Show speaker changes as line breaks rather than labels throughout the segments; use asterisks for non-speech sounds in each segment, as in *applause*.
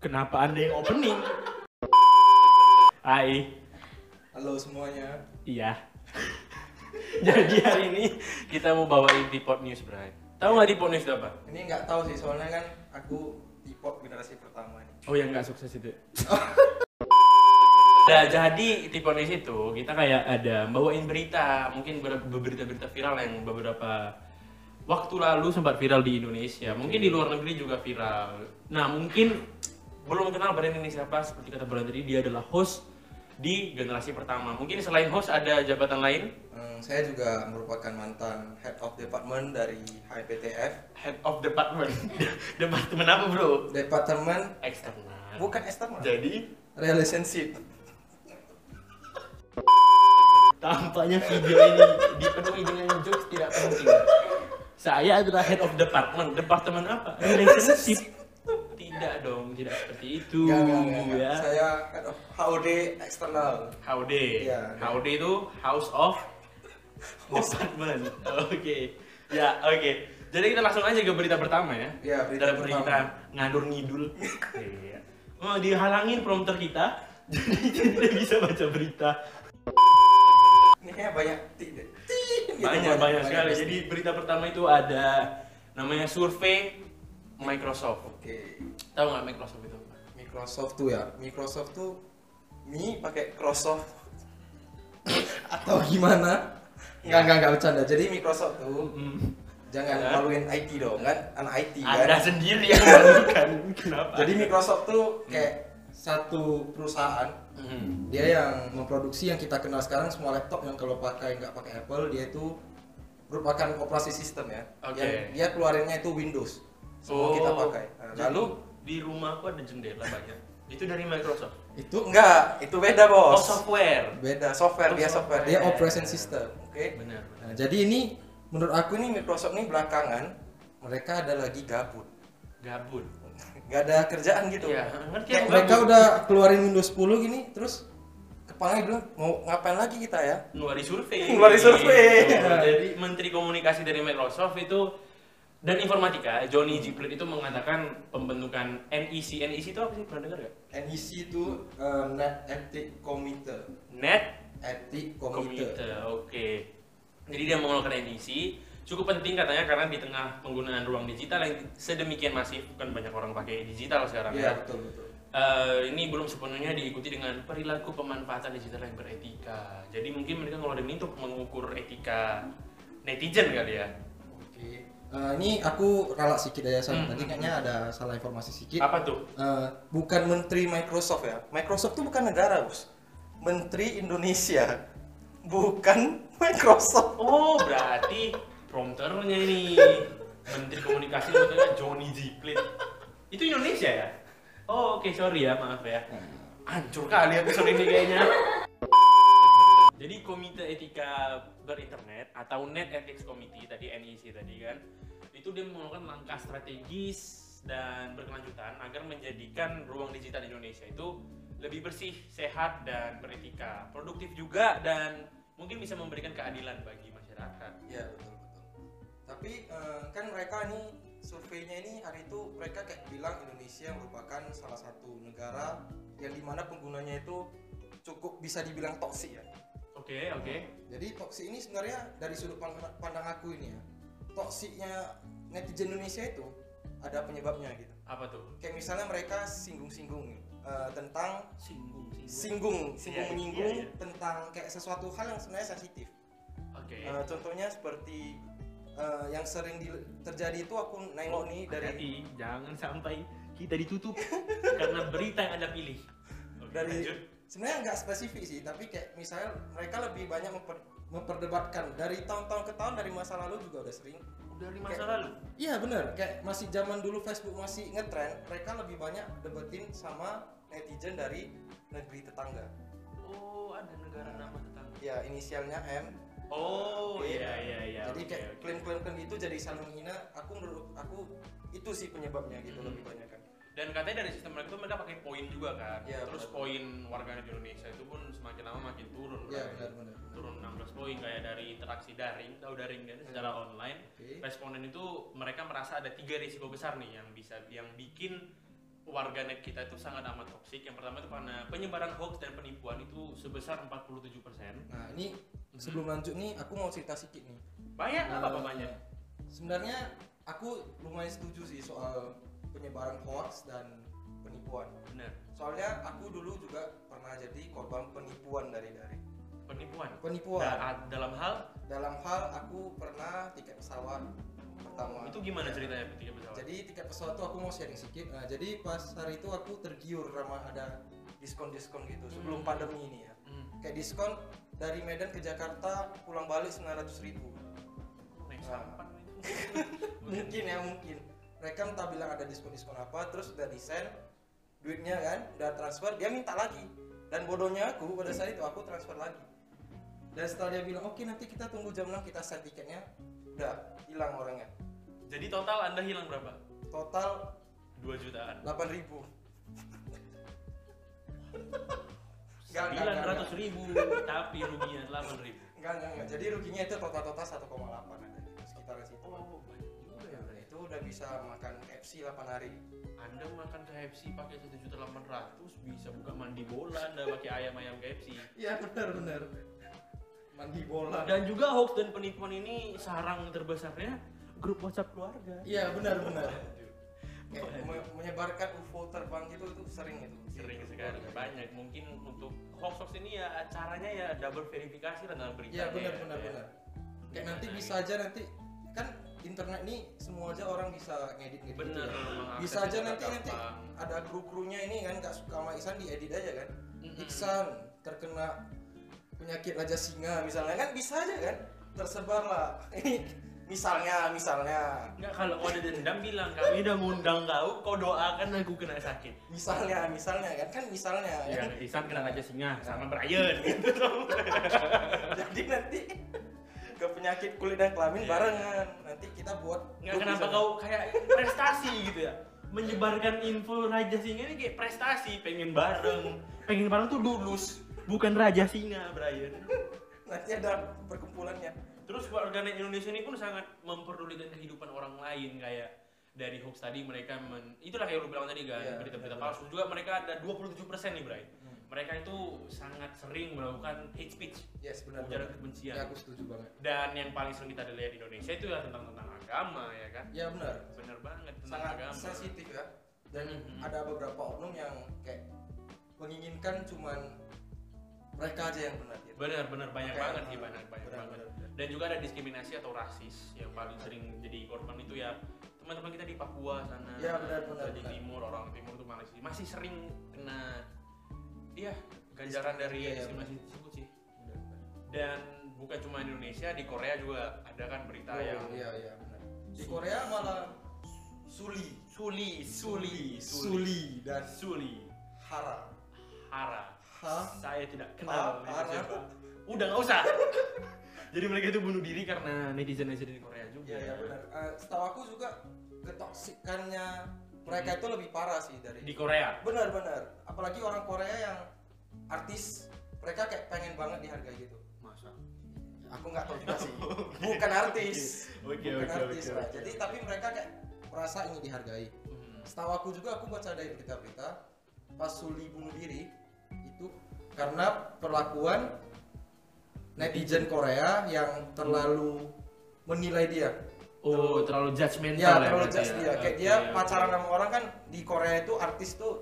Kenapa anda yang opening? Hai,
Halo semuanya.
iya. *laughs* Jadi hari ini kita mau bawain Deport News, Bray. Tahu nggak Deport News itu apa?
Ini nggak tahu sih soalnya kan aku hip-hop generasi pertama nih.
Oh yang nggak sukses itu. *laughs* nah jadi tipe news itu kita kayak ada bawain berita mungkin ber- berberita-berita viral yang beberapa waktu lalu sempat viral di Indonesia mungkin di luar negeri juga viral nah mungkin belum kenal brand ini siapa seperti kata Brand tadi dia adalah host di generasi pertama mungkin selain host ada jabatan lain
Hmm, saya juga merupakan mantan head of department dari HPTF.
head of department *laughs* departemen apa bro
Departemen
eksternal
bukan external.
jadi
Relationship.
Tampaknya video ini dipenuhi dengan jokes tidak penting. Saya adalah head of department. Departemen apa? Relationship. Tidak dong, tidak seperti itu.
Nggak, nggak, nggak, nggak.
ya.
Saya head of HOD external.
Howdy.
Iya.
Howdy itu House of *laughs* Department. Oke. Ya, oke. Jadi kita langsung aja ke berita pertama ya.
Iya, berita
Dalam berita
pertama.
ngadur
*laughs*
ngidul. Iya. Oh, dihalangin prompter kita. *laughs* Jadi kita tidak bisa baca berita.
Ini kayak banyak ti deh. Ti, gitu,
banyak banyak sekali.
pasti.
Jadi berita pertama itu ada namanya survei Microsoft.
Oke.
Tahu nggak Microsoft itu? apa?
Microsoft tuh ya. Microsoft tuh Mi pakai Microsoft *laughs* atau gimana?
Iya.
Enggak, enggak, enggak bercanda. Jadi Microsoft tuh Jangan
Ya.
maluin IT dong, kan anak IT kan.
Anda sendiri yang melakukan. Kenapa?
Jadi Microsoft tuh
Hmm.
kayak satu perusahaan
Mhm.
dia yang memproduksi yang kita kenal sekarang semua laptop yang kalau pakai nggak pakai Apple dia itu merupakan operasi sistem ya.
Oke.
Yang dia keluarinnya itu Windows. Semua
Oh,
kita pakai. Nah,
Lalu
lalu
di rumahku ada jendela banyak. Itu dari Microsoft.
itu enggak, itu beda
Oh,
bos.
software.
beda software
Oh,
dia software, dia
software.
operation system. Oke.
Benar.
Nah, jadi ini menurut aku ini Microsoft ini belakangan mereka ada lagi gabut. *laughs*
Gabut.
nggak ada kerjaan gitu.
Iya, ngerti
Kayak
aku,
mereka
Bang.
udah keluarin Windows 10 gini, terus kepalanya bilang mau ngapain lagi kita ya?
Ngeluarin survei.
Ngeluarin survei.
Gitu. Jadi Menteri Komunikasi dari Microsoft itu dan informatika Johnny Giplet itu mengatakan pembentukan E NEC NEC itu apa sih pernah dengar gak?
NEC E itu eh, Net Ethic Committee.
Net
Ethic Committee.
Komite, oke. Jadi dia mengeluarkan NIC cukup penting katanya karena di tengah penggunaan ruang digital yang sedemikian masif kan banyak orang pakai digital sekarang
Iya,
ya.
betul betul.
Eh, ini belum sepenuhnya diikuti dengan perilaku pemanfaatan digital yang beretika. Jadi mungkin mereka ngeluarin ini untuk mengukur etika netizen kali ya.
Oke. Eh, ini aku ralat sedikit aja Sam.
Hmm.
Tadi kayaknya ada salah informasi sedikit.
Apa tuh?
Eh, bukan menteri Microsoft ya. Microsoft tuh bukan negara, Bos. Menteri Indonesia. Bukan *laughs* Microsoft.
Oh, berarti prompternya ini Menteri Komunikasi namanya Johnny Jiplit. Itu Indonesia ya? Oh, oke sorry ya, maaf ya. Hancur kali episode ini kayaknya. Jadi Komite Etika Berinternet atau Net Ethics Committee tadi NEC tadi kan, itu dia melakukan langkah strategis dan berkelanjutan agar menjadikan ruang digital Indonesia itu lebih bersih, sehat dan beretika, produktif juga dan mungkin bisa memberikan keadilan bagi masyarakat.
Iya betul betul. Tapi eh, kan mereka ini surveinya ini hari itu mereka kayak bilang Indonesia merupakan salah satu negara yang dimana penggunanya itu cukup bisa dibilang toksik ya.
Oke, oke.
Jadi toksik ini sebenarnya dari sudut pandang, pandang aku ini ya, toksiknya netizen Indonesia itu ada penyebabnya gitu.
Apa tuh?
Kayak misalnya mereka singgung-singgung eh, tentang
Singgung,
singgung, singgung
Iya,
menyinggung
iya, iya.
tentang kayak sesuatu hal yang sebenarnya sensitif.
Oke.
Eh, contohnya seperti eh, yang sering di- terjadi itu aku
Eh,
nengok nih dari
Hati-hati, jangan sampai kita *laughs* ditutup karena berita yang Anda pilih. Oke,
dari
lanjut.
sebenarnya nggak spesifik sih tapi kayak misalnya mereka lebih banyak memper- memperdebatkan dari tahun-tahun ke tahun dari masa lalu juga udah sering
dari masa lalu.
iya bener kayak masih zaman dulu Facebook masih ngetrend mereka lebih banyak debatin sama netizen dari negeri tetangga
Oh, ada negara nama tetangga.
ya inisialnya M
Oh,
Oke.
iya iya iya.
jadi
oke,
kayak
oke.
klaim-klaim klaim itu jadi saling menghina aku menurut aku itu sih penyebabnya gitu
Hmm.
lebih banyak kan
Dan katanya dari sistem mereka itu mereka pakai poin juga kan.
Iya,
Terus
benar.
poin warganet di Indonesia itu pun semakin lama makin turun.
iya
kan.
benar-benar
Turun 16 poin kayak dari interaksi daring, tahu daring kan secara online.
Oke.
responden itu mereka merasa ada tiga risiko besar nih yang bisa yang bikin warganet kita itu sangat amat toksik. Yang pertama itu karena penyebaran hoax dan penipuan itu sebesar 47%.
Nah ini
Hmm.
sebelum lanjut nih aku mau cerita sedikit nih.
Banyak nggak apa-apa banyak?
Sebenarnya aku lumayan setuju sih soal penyebaran hoax dan penipuan.
Bener.
Soalnya aku dulu juga pernah jadi korban penipuan dari dari
Penipuan.
penipuan.
Da- dalam hal
Dalam hal aku pernah tiket pesawat pertama.
itu gimana ceritanya ketika pesawat?
Jadi tiket pesawat tuh aku mau sharing sedikit. Nah, jadi pas hari itu aku tergiur sama ada diskon-diskon gitu sebelum
Hmm.
pandemi ini ya.
Hmm,
Kayak diskon dari Medan ke Jakarta pulang balik 900 ribu.
naik
Ah.
sampan itu.
Mungkin ya mungkin. Mereka entah bilang ada diskon-diskon apa, terus udah desain duitnya kan, udah transfer, dia minta lagi. Dan bodohnya aku pada saat itu aku transfer lagi. Dan setelah dia bilang oke nanti kita tunggu jam 6 kita set tiketnya, udah hilang orangnya.
*laughs* Jadi total Anda hilang berapa?
Total
2 jutaan.
8 ribu. Enggak, enggak, enggak,
900 ribu, tapi ruginya 8 ribu.
Enggak, enggak, enggak. Jadi ruginya itu total-total 1,8 ada sekitar situ.
Oh, banyak juga ya.
Nah, itu udah bisa makan FC 8 hari.
Anda makan KFC pakai 1.800 bisa buka mandi bola Anda pakai ayam-ayam KFC.
Iya, benar benar. Mandi bola.
Dan juga hoax dan penipuan ini sarang terbesarnya grup WhatsApp keluarga.
Iya, benar benar. Kayak me- menyebarkan UFO terbang gitu itu sering itu.
Sering sekali banyak mungkin untuk hoax hoax ini ya caranya ya double verifikasi lah dalam berita. ya.
Iya, benar benar benar. Kayak nanti bisa
gitu.
aja nanti kan internet nih semua aja orang bisa ngedit ngedit.
Bener.
Bisa aja nanti nanti
gampang.
ada kru-krunya ini kan nggak suka sama Iksan diedit aja kan.
Mm-mm.
Iksan terkena penyakit raja singa misalnya kan bisa aja kan tersebar lah. *laughs* Ini misalnya misalnya
Enggak kalau kau ada dendam bilang kami udah ngundang kau, kau doakan aku kena sakit.
misalnya misalnya kan kan misalnya kan?
Iya, Isan kena aja singa sama Brian gitu.
*laughs* jadi nanti ke penyakit kulit dan kelamin
Iya.
barengan nanti kita buat
Enggak
grup
kenapa
misalnya.
kau kayak prestasi gitu ya. Menyebarkan info Raja Singa ini kayak prestasi, pengen bareng. Pengen bareng tuh lulus, bukan Raja Singa, Brian.
nanti ada perkumpulannya
Terus warga net Indonesia ini pun sangat memperdulikan kehidupan orang lain kayak dari hoax tadi mereka men, itulah kayak lu bilang tadi kan
Iya,
berita-berita
benar.
palsu juga mereka ada 27% nih Bray. Mereka itu sangat sering melakukan hate speech,
yes benar
ujaran
ya
kebencian.
aku setuju banget
Dan yang paling sering kita lihat di Indonesia itu ya tentang tentang agama ya kan.
ya benar
Bener banget tentang
sangat
agama.
sensitif ya dan
Mhm.
ada beberapa oknum yang kayak menginginkan cuman mereka aja yang benar gitu
Bener bener banyak
Kayak,
banget sih
eh,
banyak banyak
benar,
banget.
benar, benar.
Dan juga ada diskriminasi atau rasis yang paling sering jadi korban itu ya teman-teman kita di Papua sana,
Ya, benar, benar,
atau di
benar.
timur orang timur itu masih masih sering kena ya ganjaran dari
Iya, iya,
diskriminasi tersebut sih. Dan bukan cuma Indonesia, di Korea juga ada kan berita
Oh,
yang
iya iya benar di Korea malah Suli
Suli, Suli, Suli,
Suli dan
Suli,
Hara
Hara.
Hah?
Saya tidak
Ah,
kenal itu
Hara.
siapa. Udah nggak usah. *laughs* Jadi mereka itu bunuh diri karena netizen netizen di Korea juga.
Iya ya, benar. Eh, setahu aku juga ketoksikannya mereka itu lebih parah sih dari
Mm-hmm. Di Korea.
benar-benar. Apalagi orang Korea yang artis mereka kayak pengen banget dihargai gitu.
Masa?
Aku nggak tahu
*laughs*
juga sih. Bukan artis.
Oke,
Bukan
oke,
artis
oke,
lah.
oke.
Jadi tapi mereka kayak merasa ingin dihargai.
Hmm.
Setahu aku juga aku baca dari berita-berita pas Suli bunuh diri itu karena perlakuan netizen Korea yang terlalu menilai dia.
Oh, terlalu judgmental
Ya,
ya.
terlalu
berarti
judge
ya.
dia. Kayak
Oke,
dia
oke.
pacaran sama orang kan di Korea itu artis tuh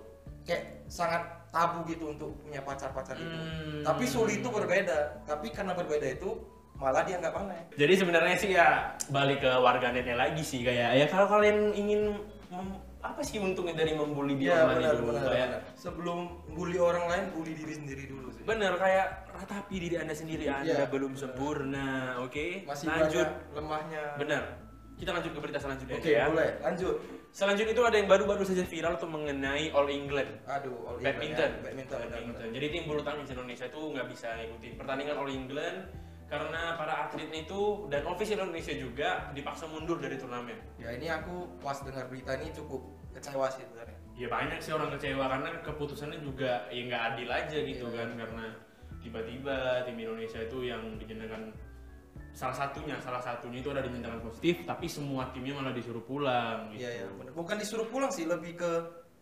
kayak sangat tabu gitu untuk punya pacar-pacar gitu.
Hmm.
Tapi Suli itu berbeda. Tapi karena berbeda itu malah dia nggak aneh.
Jadi sebenarnya sih ya balik ke warganetnya lagi sih kayak ya kalau kalian ingin mem- apa sih untungnya dari membuli
Iya
dia online
benar
dulu, ya.
benar.
kayak
benar. Sebelum bully orang lain, bully diri sendiri dulu sih.
bener kayak ratapi diri anda sendiri anda
Iya,
belum
benar.
sempurna oke
Masih
lanjut
banyak lemahnya.
bener kita lanjut ke berita selanjutnya
Oke,
aja ya
boleh. Lanjut.
selanjutnya itu ada yang baru-baru saja viral tuh mengenai All England
Aduh, all England
badminton.
ya. Badminton. benar,
Badminton.
benar.
Jadi tim bulu tangkis Indonesia itu nggak bisa ngikutin pertandingan All England karena para atletnya itu dan official Indonesia juga dipaksa mundur dari turnamen.
Ya ini aku pas dengar berita ini cukup kecewa sih sebenarnya.
Ya banyak sih orang kecewa karena keputusannya juga ya nggak adil aja gitu
Iya.
kan karena tiba-tiba tim Indonesia itu yang dinyatakan salah satunya salah satunya itu ada dinyatakan positif tapi semua timnya malah disuruh pulang gitu.
Iya iya. benar. Bukan disuruh pulang sih, lebih ke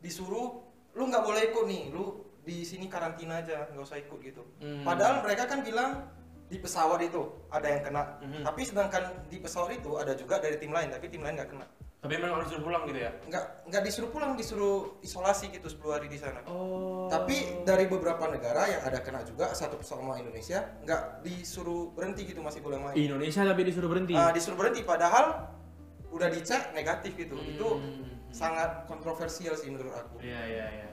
disuruh lu nggak boleh ikut nih lu di sini karantina aja nggak usah ikut gitu
Hmm.
padahal mereka kan bilang di pesawat itu ada yang kena
Mhm.
tapi sedangkan di pesawat itu ada juga dari tim lain tapi tim lain nggak kena
Tapi memang harus disuruh pulang gitu ya?
nggak nggak disuruh pulang disuruh isolasi gitu 10 hari di sana
Oh.
tapi dari beberapa negara yang ada kena juga satu pesawat sama Indonesia nggak disuruh berhenti gitu masih boleh main
Indonesia tapi disuruh berhenti.
Ah, disuruh berhenti padahal udah dicek negatif gitu
Hmm.
itu sangat kontroversial sih menurut aku
Iya iya iya. iya.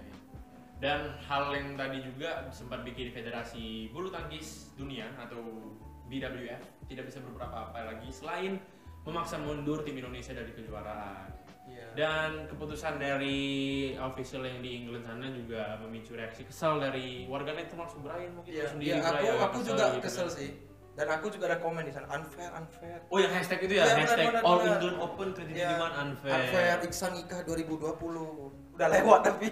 Dan hal yang tadi juga sempat bikin Federasi Bulu Tangkis Dunia atau BWF tidak bisa berbuat apa-apa lagi selain memaksa mundur tim Indonesia dari kejuaraan.
Iya.
Dan keputusan dari official yang di England sana juga memicu reaksi kesal dari warganet termasuk Brian mungkin
Iya,
lu sendiri.
iya, aku
Brian,
aku juga
gitu
kesel
kan.
sih. Dan aku juga ada komen di sana unfair unfair.
Oh yang hashtag itu ya,
Iya, benar,
hashtag
benar,
All
benar. Iya,
England Open 2021 unfair.
Unfair Iksan nikah 2020. Udah lewat tapi.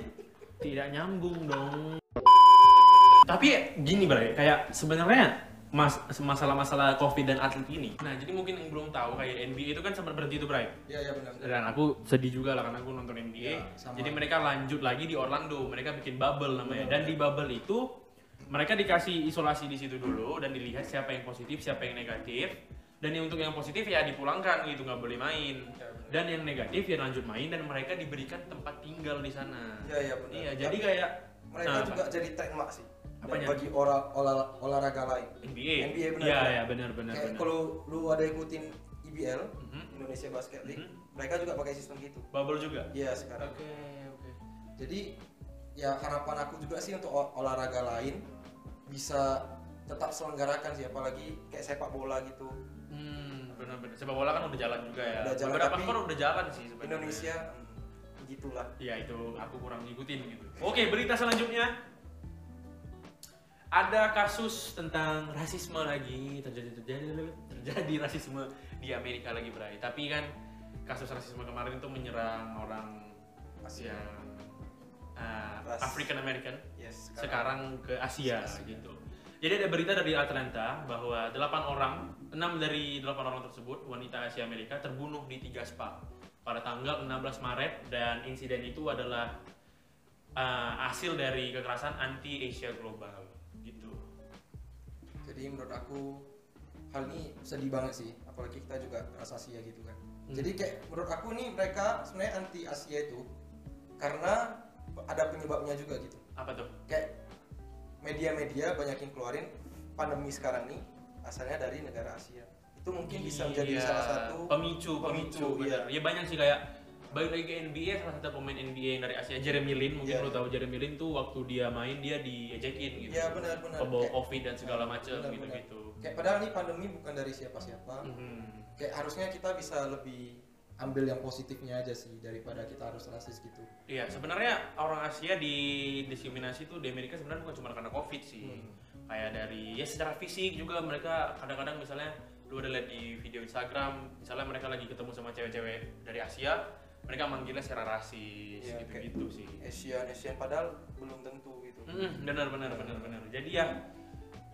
Tidak nyambung dong. Tapi gini Bray, kayak sebenarnya mas masalah-masalah covid dan atlet ini. Nah jadi mungkin yang belum tahu kayak NBA itu kan sempat berhenti tuh Bray.
Iya iya benar.
dan aku sedih juga lah karena aku nonton NBA.
Ya, sama. Iya.
Jadi mereka lanjut lagi di Orlando, mereka bikin bubble namanya. Dan di bubble itu mereka dikasih isolasi di situ dulu dan dilihat siapa yang positif, siapa yang negatif. Dan yang untuk yang positif ya dipulangkan gitu nggak boleh main.
Ya, bener.
Dan yang negatif ya lanjut main dan mereka diberikan tempat tinggal di sana.
Iya iya benar.
Iya, jadi kayak
mereka
Nah,
juga jadi trademark sih. Dan
Apanya?
bagi ora, olah- olahraga lain.
NBA.
NBA benar.
Iya, iya benar benar
Kayak
benar.
kalau lu ada ikutin IBL,
Mhm.
Indonesia Basket League,
Mhm.
mereka juga pakai sistem gitu.
Bubble juga.
Iya sekarang.
oke.
Jadi ya harapan aku juga sih untuk ol- olahraga lain bisa tetap selenggarakan sih apalagi kayak sepak bola gitu.
Hmm, benar-benar. Sepak bola kan udah jalan juga ya.
Udah jalan,
Beberapa
tapi
sport udah jalan sih sebenarnya.
Indonesia hmm, gitulah.
Ya itu aku kurang ngikutin gitu. Oke, berita selanjutnya. Ada kasus tentang rasisme lagi terjadi terjadi terjadi rasisme di Amerika lagi Bray. Tapi kan kasus rasisme kemarin itu menyerang orang
Asia.
yang eh,
Ras.
African American
Yes,
sekarang ke Asia
Asia.
gitu. Jadi ada berita dari Atlanta bahwa 8 orang, 6 dari 8 orang tersebut wanita Asia Amerika terbunuh di 3 spa pada tanggal 16 Maret dan insiden itu adalah uh, hasil dari kekerasan anti Asia global gitu.
Jadi menurut aku hal ini sedih banget sih, apalagi kita juga ras Asia gitu kan.
Hmm.
Jadi kayak menurut aku nih mereka sebenarnya anti Asia itu karena ada penyebabnya juga gitu.
Apa tuh?
Kayak media-media banyak yang keluarin pandemi sekarang nih asalnya dari negara Asia. Itu mungkin bisa menjadi
Iya,
salah satu
pemicu
pemicu,
pemicu,
iya.
benar. Ya banyak sih kayak balik lagi ke NBA salah satu pemain NBA yang dari Asia Jeremy Lin mungkin
Iya.
lo tahu Jeremy Lin tuh waktu dia main dia diejekin gitu.
Iya, benar, benar.
Pembawa
Kayak-
covid dan segala macam
Benar-benar.
gitu-gitu.
Kayak padahal nih pandemi bukan dari siapa-siapa.
Mhm.
Kayak harusnya kita bisa lebih ambil yang positifnya aja sih daripada kita harus rasis gitu.
Iya, sebenarnya orang Asia di diskriminasi itu di Amerika sebenarnya bukan cuma karena Covid sih.
Hmm.
Kayak dari ya secara fisik juga mereka kadang-kadang misalnya lu ada lihat di video Instagram, misalnya mereka lagi ketemu sama cewek-cewek dari Asia, mereka manggilnya secara rasis
Iya,
gitu-gitu sih.
Asian Asian padahal belum tentu gitu.
Mm, benar benar benar benar. Jadi ya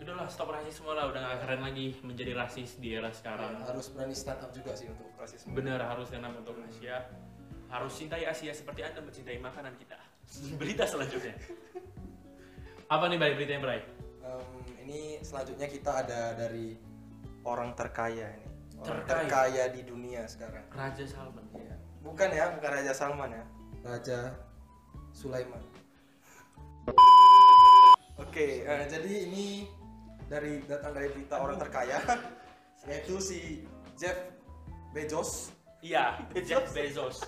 udahlah stop rasisme lah, udah gak keren lagi menjadi rasis di era sekarang.
Ya, Harus berani stand up juga sih untuk rasisme.
benar harus stand up untuk Asia harus cintai Asia seperti anda mencintai makanan kita *laughs* berita selanjutnya apa nih Bray beritanya Bray
Em, ini selanjutnya kita ada dari orang terkaya ini. Orang
Terkaya?
terkaya di dunia sekarang.
Raja Salman
Iya. Bukan ya, bukan Raja Salman ya. Raja Sulaiman. Oke, eh, jadi ini dari datang dari berita orang terkaya *laughs* yaitu si Jeff Bezos.
iya
Bezos.
Jeff Bezos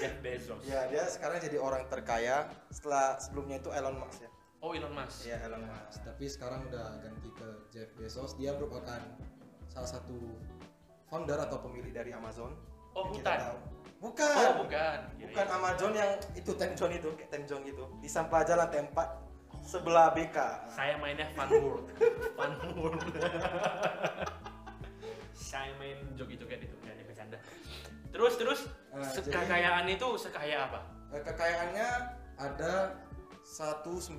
Jeff Bezos
Ya, dia sekarang jadi orang terkaya setelah sebelumnya itu Elon Musk ya.
oh Elon Musk
Iya, Elon Musk. Tapi sekarang udah ganti ke Jeff Bezos. Dia merupakan salah satu founder atau pemilik dari Amazon.
Oh,
Yang kita
hutan.
tahu. Bukan.
oh bukan Iya,
Bukan
iya.
Amazon yang itu time zone itu, kayak time zone gitu. Di sampah jalan tempat sebelah BK.
saya mainnya Fun
*laughs*
World Fun World saya main joget-joget itu nggak ada bercanda terus terus
Eh, jadi-
kekayaan itu sekaya apa
Eh, Kekayaannya ada 191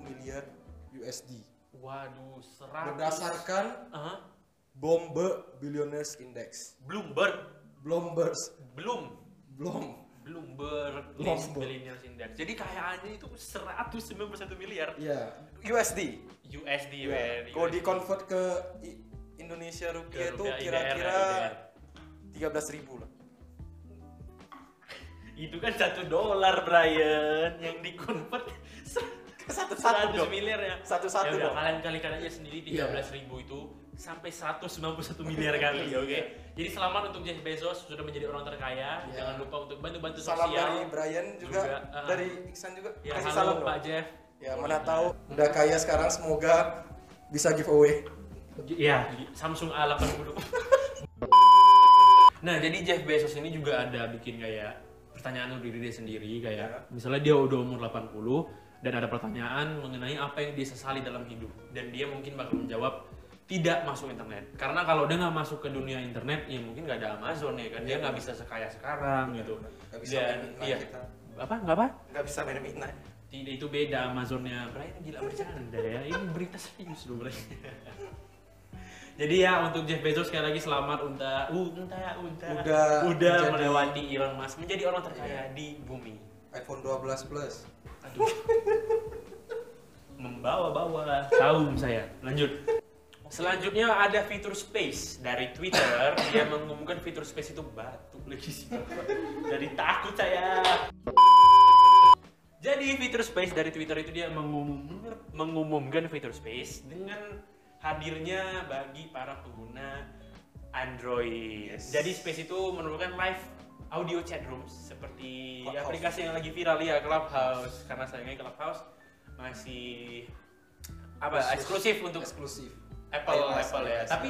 miliar USD
waduh seratus
berdasarkan
Aha.
Bloomberg Billionaires Index.
Bloomberg
Bloomberg
belum
Blom
Bloomberg List
Bloomberg.
Millennials Index. Jadi kayaannya itu 191 miliar
Iya. USD. Iya.
USD men.
Kalau
USD.
di convert ke I- Indonesia
Ke
rupiah itu
rupiah, iya,
kira-kira
IDR.
13.000 lah.
itu kan satu dolar Brian yang
*laughs*
dikonvert
Satu satu
seratus
dong.
miliar ya.
Satu
Ya
satu
udah
dong.
kalian kalikan aja sendiri
Iya.
13.000 ribu itu sampai
*laughs*
191 miliar kali,
Iya.
oke? Jadi selamat untuk Jeff Bezos sudah menjadi orang terkaya.
Iya.
Jangan lupa untuk bantu-bantu
Salam
sosial.
dari Brian juga,
juga, ah.
dari Iksan juga.
Ya,
Kasih
halo
salam
Pak
dong.
Jeff.
Ya mana tahu udah kaya sekarang semoga bisa giveaway.
Iya, Samsung A80. nah, jadi Jeff Bezos ini juga ada bikin kayak pertanyaan untuk diri dia sendiri kayak
Ya.
misalnya dia udah umur 80 dan ada pertanyaan mengenai apa yang dia sesali dalam hidup dan dia mungkin bakal menjawab tidak masuk internet karena kalau dia nggak masuk ke dunia internet ya mungkin nggak ada Amazon ya kan dia nggak bisa sekaya sekarang gitu
Nggak bisa
Dan-
main midnight
iya.
kita.
apa nggak apa
Nggak bisa main midnight.
tidak itu beda Amazonnya Brian gila bercanda ya ini berita serius loh Brian *laughs* jadi ya untuk Jeff Bezos sekali lagi selamat unta uh, unta unta
Udah
udah
menjadi- Iya.
melewati Elon Musk menjadi orang terkaya di bumi
iPhone 12 Plus.
aduh membawa-bawa saum saya lanjut selanjutnya ada fitur space dari Twitter dia mengumumkan fitur space itu batuk lagi sih Bapak. dari takut saya jadi fitur space dari Twitter itu dia mengumum- mengumumkan fitur space dengan hadirnya bagi para pengguna Android.
Yes.
Jadi space itu memerlukan live audio chat room seperti
Clubhouse.
aplikasi yang lagi viral ya Clubhouse karena sayangnya Clubhouse masih apa eksklusif untuk
eksklusif.
Apple
iOS,
Apple
iOS.
ya. Tapi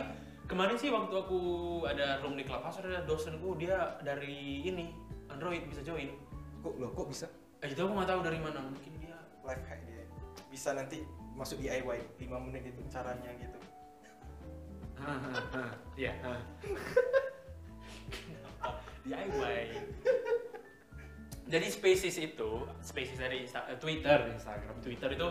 kemarin sih waktu aku ada room di Clubhouse ada dosenku dia dari ini Android bisa join.
kok lo kok bisa
Eh, itu aku nggak tahu dari mana mungkin dia
live hack dia. Bisa nanti masuk DIY 5 menit itu caranya gitu.
Iya.
*laughs*
Kenapa? DIY. Jadi Spaces itu, Spaces dari Insta- eh, Twitter, Instagram, Twitter itu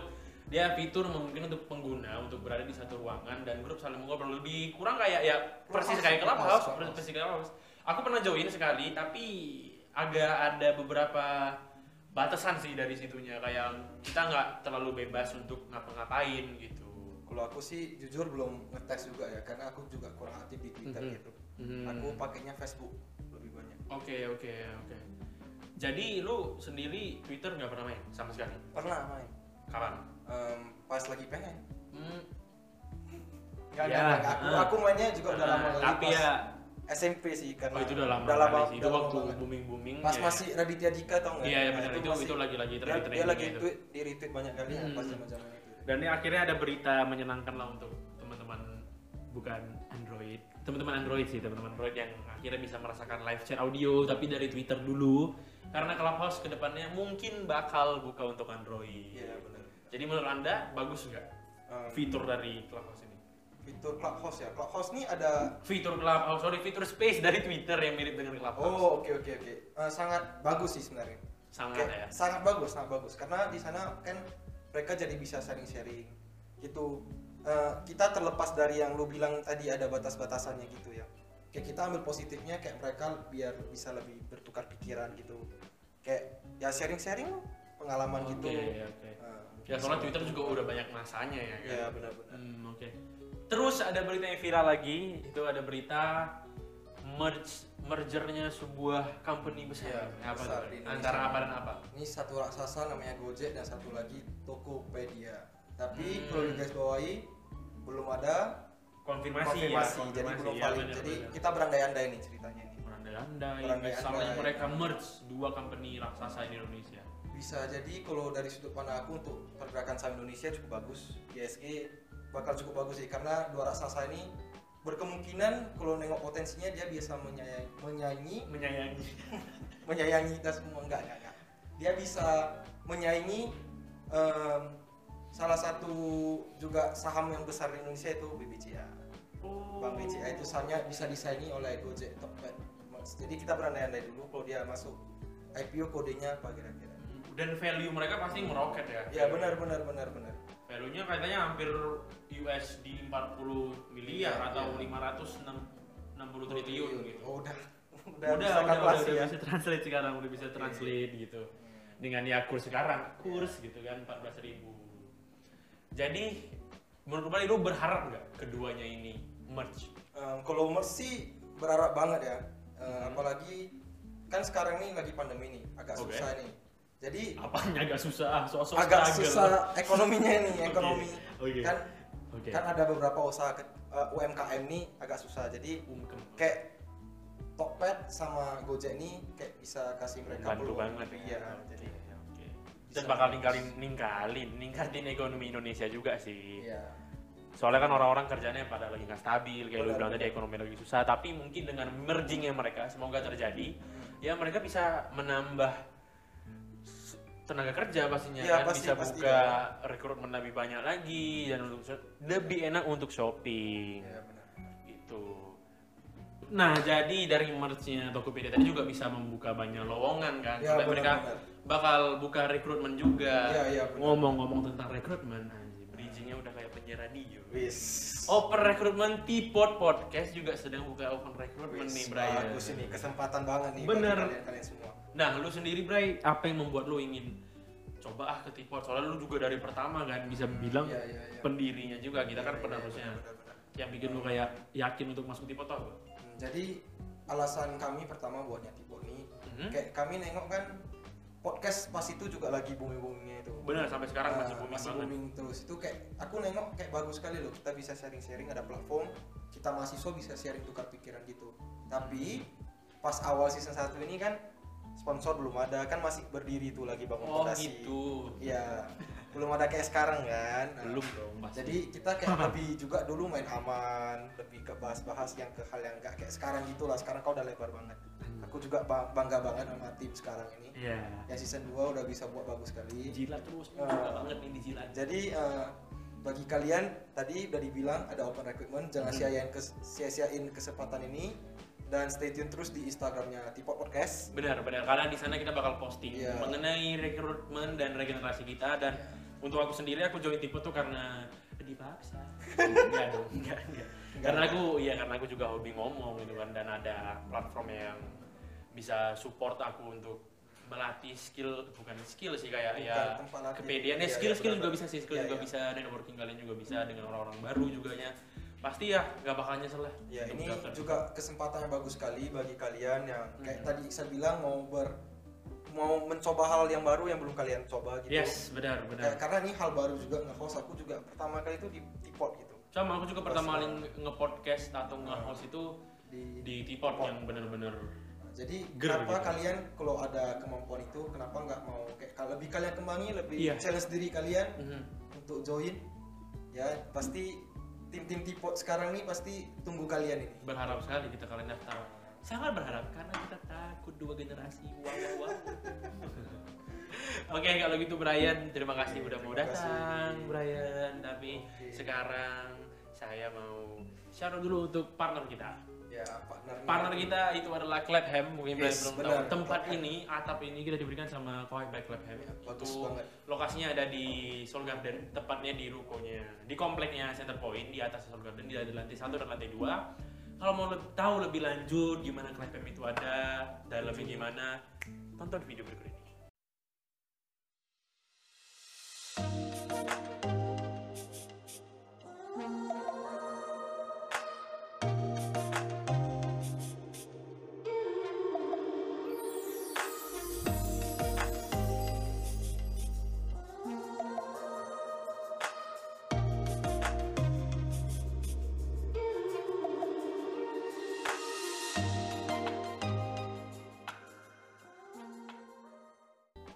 dia fitur mungkin untuk pengguna untuk berada di satu ruangan dan grup saling mengobrol lebih kurang kayak ya persis
Clubhouse,
kayak Clubhouse,
Clubhouse,
persis kayak Clubhouse. Aku pernah join sekali tapi agak ada beberapa batasan sih dari situnya kayak kita nggak terlalu bebas untuk ngapa-ngapain gitu.
Kalau aku sih jujur belum ngetes juga ya karena aku juga kurang aktif di Twitter
Mhm.
gitu.
Mhm.
Aku pakainya Facebook lebih banyak.
Oke oke oke. Jadi lu sendiri Twitter nggak pernah main sama sekali?
Pernah main.
Kapan?
Em, pas lagi pengen.
Hmm,
Enggak
Ya,
enggak, enggak. aku,
ah.
aku mainnya juga udah lama
ah,
kali
Tapi
pas
ya,
SMP sih karena
oh, itu udah lama kali sih. Itu
udah lama
waktu
banget.
booming booming.
pas masih Raditya Dika tau nggak?
Iya iya
Nah,
benar itu
masih-
itu lagi lagi gitu.
dia,
terakhir
dia lagi
itu.
tweet di retweet banyak kali ya pas
Hmm.
zaman zaman itu.
Dan ini akhirnya ada berita menyenangkan lah untuk teman-teman bukan Android, teman-teman Android sih teman-teman Android yang akhirnya bisa merasakan live chat audio tapi dari Twitter dulu karena Clubhouse kedepannya mungkin bakal buka untuk Android.
Iya benar.
Jadi menurut anda bagus nggak fitur dari Clubhouse ini?
Eh, fitur Clubhouse ya. Clubhouse nih ada
Fitur Clubhouse, sorry, fitur Space dari Twitter yang mirip dengan Clubhouse.
Oh, oke oke oke. Eh, sangat bagus sih sebenarnya.
Sangat
Kayak
ya.
Sangat bagus, sangat bagus. Karena di sana kan mereka jadi bisa sharing-sharing. Gitu. Eh, kita terlepas dari yang lu bilang tadi ada batas-batasannya gitu ya. Kayak kita ambil positifnya kayak mereka biar bisa lebih bertukar pikiran gitu. Kayak ya sharing-sharing pengalaman gitu.
Oke, oke.
Eh,
Ya soalnya Twitter juga udah banyak masanya ya kan.
Ya Iya, benar-benar.
Hmm, oke. Terus ada berita yang viral lagi, itu ada berita merge mergernya sebuah
Iya,
company besar. apa
besar
tuh?
di Indonesia.
Antara apa dan apa?
Ini satu raksasa namanya Gojek dan satu lagi Tokopedia. Tapi
Hmm.
perlu digarisbawahi belum ada
Konfirmasi,
konfirmasi,
ya.
jadi belum
ya,
valid.
benar,
jadi
benar.
kita berandai-andai nih ceritanya ini.
berandai-andai,
Berandai-andai.
misalnya mereka merge dua company raksasa di Indonesia.
Bisa jadi kalau dari sudut pandang aku untuk pergerakan saham Indonesia cukup bagus. ISG bakal cukup bagus sih karena dua raksasa ini berkemungkinan kalau nengok potensinya dia bisa menyayangi menyaingi
Menyayangi.
menyayangi kita semua enggak enggak, enggak. Dia bisa menyaingi em, salah satu juga saham yang besar di Indonesia itu BBCA.
Oh.
Bank BCA itu sahamnya bisa disaingi oleh Gojek Tokped. Jadi kita berandai-andai dulu kalau dia masuk IPO kodenya apa kira-kira.
dan value mereka pasti meroket ya.
Ya benar benar benar benar.
Value-nya katanya hampir USD 40 miliar
Iya,
atau
iya.
560 triliun gitu.
Oh, udah *laughs* udah, bisa
udah, udah, udah,
kalkulasi
udah
ya. Iya.
bisa translate sekarang, udah bisa translate gitu. Dengan ya kurs sekarang, kurs gitu kan 14.000 Jadi menurut kalian lu berharap nggak keduanya ini merge?
Em, kalau merch sih berharap banget ya. Eh,
Hmm.
Apalagi kan sekarang nih lagi pandemi nih, agak
Oke.
susah nih. Jadi
Apanya agak susah, ah, sosok
agak
struggle.
susah ekonominya
*laughs*
nih, ekonomi.
Oke.
Kan
Oke.
kan ada beberapa usaha ke- eh, UMKM nih agak susah. Jadi
Umkem.
kayak Tokped sama Gojek nih kayak bisa kasih mereka
Bantu
peluang.
banget ya.
Iya, jadi
Oke, oke. Dan bakal ningkalin, ningkalin, ningkatin ekonomi Indonesia juga sih.
iya.
Soalnya kan orang-orang kerjanya pada lagi nggak stabil, kayak lu
Benar,
bilang tadi
benar.
ekonomi lagi susah. Tapi mungkin dengan mergingnya mereka, semoga terjadi, ya mereka bisa menambah s- tenaga kerja pastinya
Iya,
kan
pasti,
bisa
pasti,
buka rekrutmen lebih banyak lagi dan untuk shop- lebih enak untuk shopping
Iya, benar.
gitu. Nah, jadi dari merchnya Tokopedia tadi juga bisa membuka banyak lowongan kan.
Iya,
Sampai
benar,
mereka
benar.
bakal buka rekrutmen juga.
Iya, iya, benar.
Ngomong-ngomong tentang rekrutmen, anjir, bridgingnya udah kayak penyiar radio.
Wis.
Open rekrutmen Tipot Podcast juga sedang buka open rekrutmen
Wis,
nih, Brian.
Bagus ini kesempatan banget nih
Bener.
bagi kalian, kalian semua.
Nah, lu sendiri, Bray, apa yang membuat lu ingin coba ah ke Tipot? Soalnya lu juga dari pertama kan bisa bilang
Iya, iya, iya.
pendirinya juga. Kita kan
Iya,
pernah
iya,
harusnya
benar, benar.
yang bikin lu kayak yakin untuk masuk Tipot tau gak?
Hmm, Jadi alasan kami pertama buatnya Tipo ini
Mhm.
kayak kami nengok kan podcast pas itu juga lagi booming-boomingnya itu.
Bener, sampai sekarang masih
Ah,
booming
masih
banget.
booming terus. Itu kayak aku nengok kayak bagus sekali loh. Kita bisa sharing-sharing ada platform, kita mahasiswa bisa sharing tukar pikiran gitu. Tapi pas awal season 1 ini kan sponsor belum ada, kan masih berdiri tuh lagi bangun
Oh
fondasi.
gitu.
Iya. Belum ada kayak sekarang kan. Nah,
Belum dong, Mas.
jadi kita kayak
*laughs*
lebih juga dulu main aman, lebih ke bahas-bahas yang ke hal yang enggak kayak sekarang gitulah. Sekarang kau udah lebar banget. Aku juga ba- bangga banget sama tim sekarang ini.
Iya.
Ya season 2 udah bisa buat bagus sekali.
Jilat terus,
Ah.
suka banget nih dijilat.
Jadi eh, bagi kalian tadi udah dibilang ada open recruitment,
Hmm.
jangan sia-siain kes- sia-siain kesempatan ini dan stay tune terus di Instagramnya Tipot Podcast.
Benar, benar. Karena di sana kita bakal posting
Iya.
mengenai rekrutmen dan regenerasi kita dan untuk aku sendiri aku join tipe tuh karena dipaksa.
*laughs*
enggak dong, enggak, enggak. Karena aku ya karena aku juga hobi ngomong gitu kan dan ada platform yang bisa support aku untuk melatih skill bukan skill sih kayak
Bukan
ya
tempat latihan.
kepedean ya
Iya,
skill
iya,
skill juga
benar-benar.
bisa sih skill
Iya,
juga
iya. Hmm.
bisa networking kalian juga bisa dengan orang-orang baru juga ya pasti ya nggak bakal nyesel lah
Ya
untuk
ini
daftar.
juga kesempatan yang bagus sekali bagi kalian yang
Hmm.
kayak tadi saya bilang mau ber mau mencoba hal yang baru yang belum kalian coba gitu.
yes benar benar
Kayak- karena ini hal baru juga nge-host aku juga pertama kali itu di Tipot gitu.
sama aku juga pertama
Pas- Ah.
kali nge-podcast atau nge-host itu
Di,
di Tipot yang bener-bener
jadi
Ger
kenapa
gitu.
kalian kalau ada kemampuan itu kenapa nggak mau kayak kalau lebih kalian kembangi lebih
Iya.
challenge diri kalian
Mhm.
untuk join ya pasti tim-tim Tipot sekarang nih pasti tunggu kalian ini.
berharap sekali kita kalian daftar sangat berharap karena kita takut dua generasi wah wah
*laughs*
wah Oke kalau gitu Brian terima kasih
Oke,
udah mau
Iya, terima kasih.
datang Brian tapi
Oke.
sekarang saya mau share dulu untuk partner kita
Ya partner
partner kita itu adalah Clapham mungkin Brian
Yes,
belum
benar.
tahu tempat
Clapham.
ini atap ini kita diberikan sama Kohai by Clapham
Ya, bagus
itu
banget.
lokasinya ada di Soul Garden tepatnya di rukonya di kompleknya Center Point di atas Soul Garden di ada di lantai satu dan lantai dua kalau mau le- tahu lebih lanjut gimana Clapham itu ada dan lebih gimana tonton video berikut ini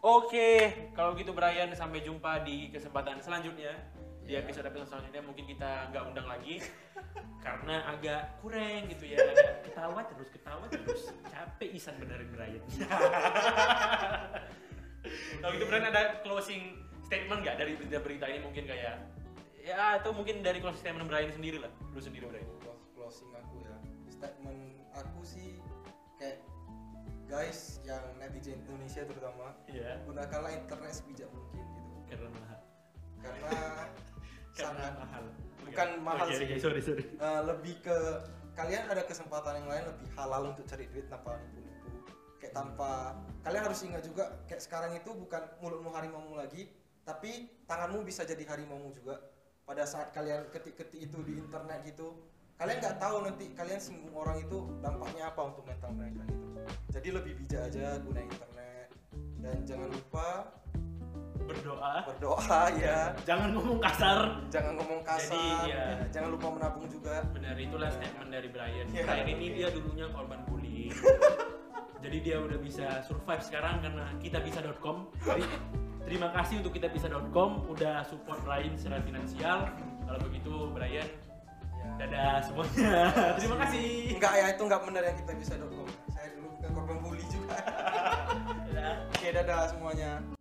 Oke, kalau gitu Brian sampai jumpa di kesempatan selanjutnya.
Ya,
Di episode episode selanjutnya mungkin kita nggak undang *laughs* lagi karena agak kurang gitu ya. Agak Ketawa terus ketawa terus capek isan benerin *laughs* Brian. kalau gitu Brian ada closing statement nggak dari berita-berita ini mungkin kayak ya atau mungkin dari closing statement Brian sendiri lah, lu sendiri Brian.
Close- closing aku ya statement aku sih kayak guys yang netizen Indonesia terutama
Iya,
gunakanlah internet sebijak mungkin gitu
karena mahal.
karena
Karena *laughs*
sangat
mahal.
Bukan mahal
Oke,
sih.
oke, sorry sorry.
eh, lebih ke kalian ada kesempatan yang lain lebih halal untuk cari duit tanpa nipu-nipu kayak tanpa kalian harus ingat juga kayak sekarang itu bukan mulutmu harimau lagi tapi tanganmu bisa jadi harimau juga pada saat kalian ketik-ketik itu di internet gitu kalian nggak tahu nanti kalian singgung orang itu dampaknya apa untuk mental mereka gitu jadi lebih bijak aja guna internet dan jangan lupa
berdoa
berdoa ya
jangan ngomong kasar
jangan ngomong kasar
Jadi, iya.
ya, jangan lupa menabung juga
benar itulah statement dari Brian
Iya.
Brian ini dia dulunya korban *laughs* bullying jadi dia udah bisa survive sekarang karena kitabisa.com jadi terima kasih untuk kitabisa.com udah support Brian secara finansial kalau begitu Brian
ya.
dadah semuanya terima kasih
enggak ya itu enggak benar yang kita bisa saya dulu bukan korban bully juga *laughs*
Dadah.
oke dadah semuanya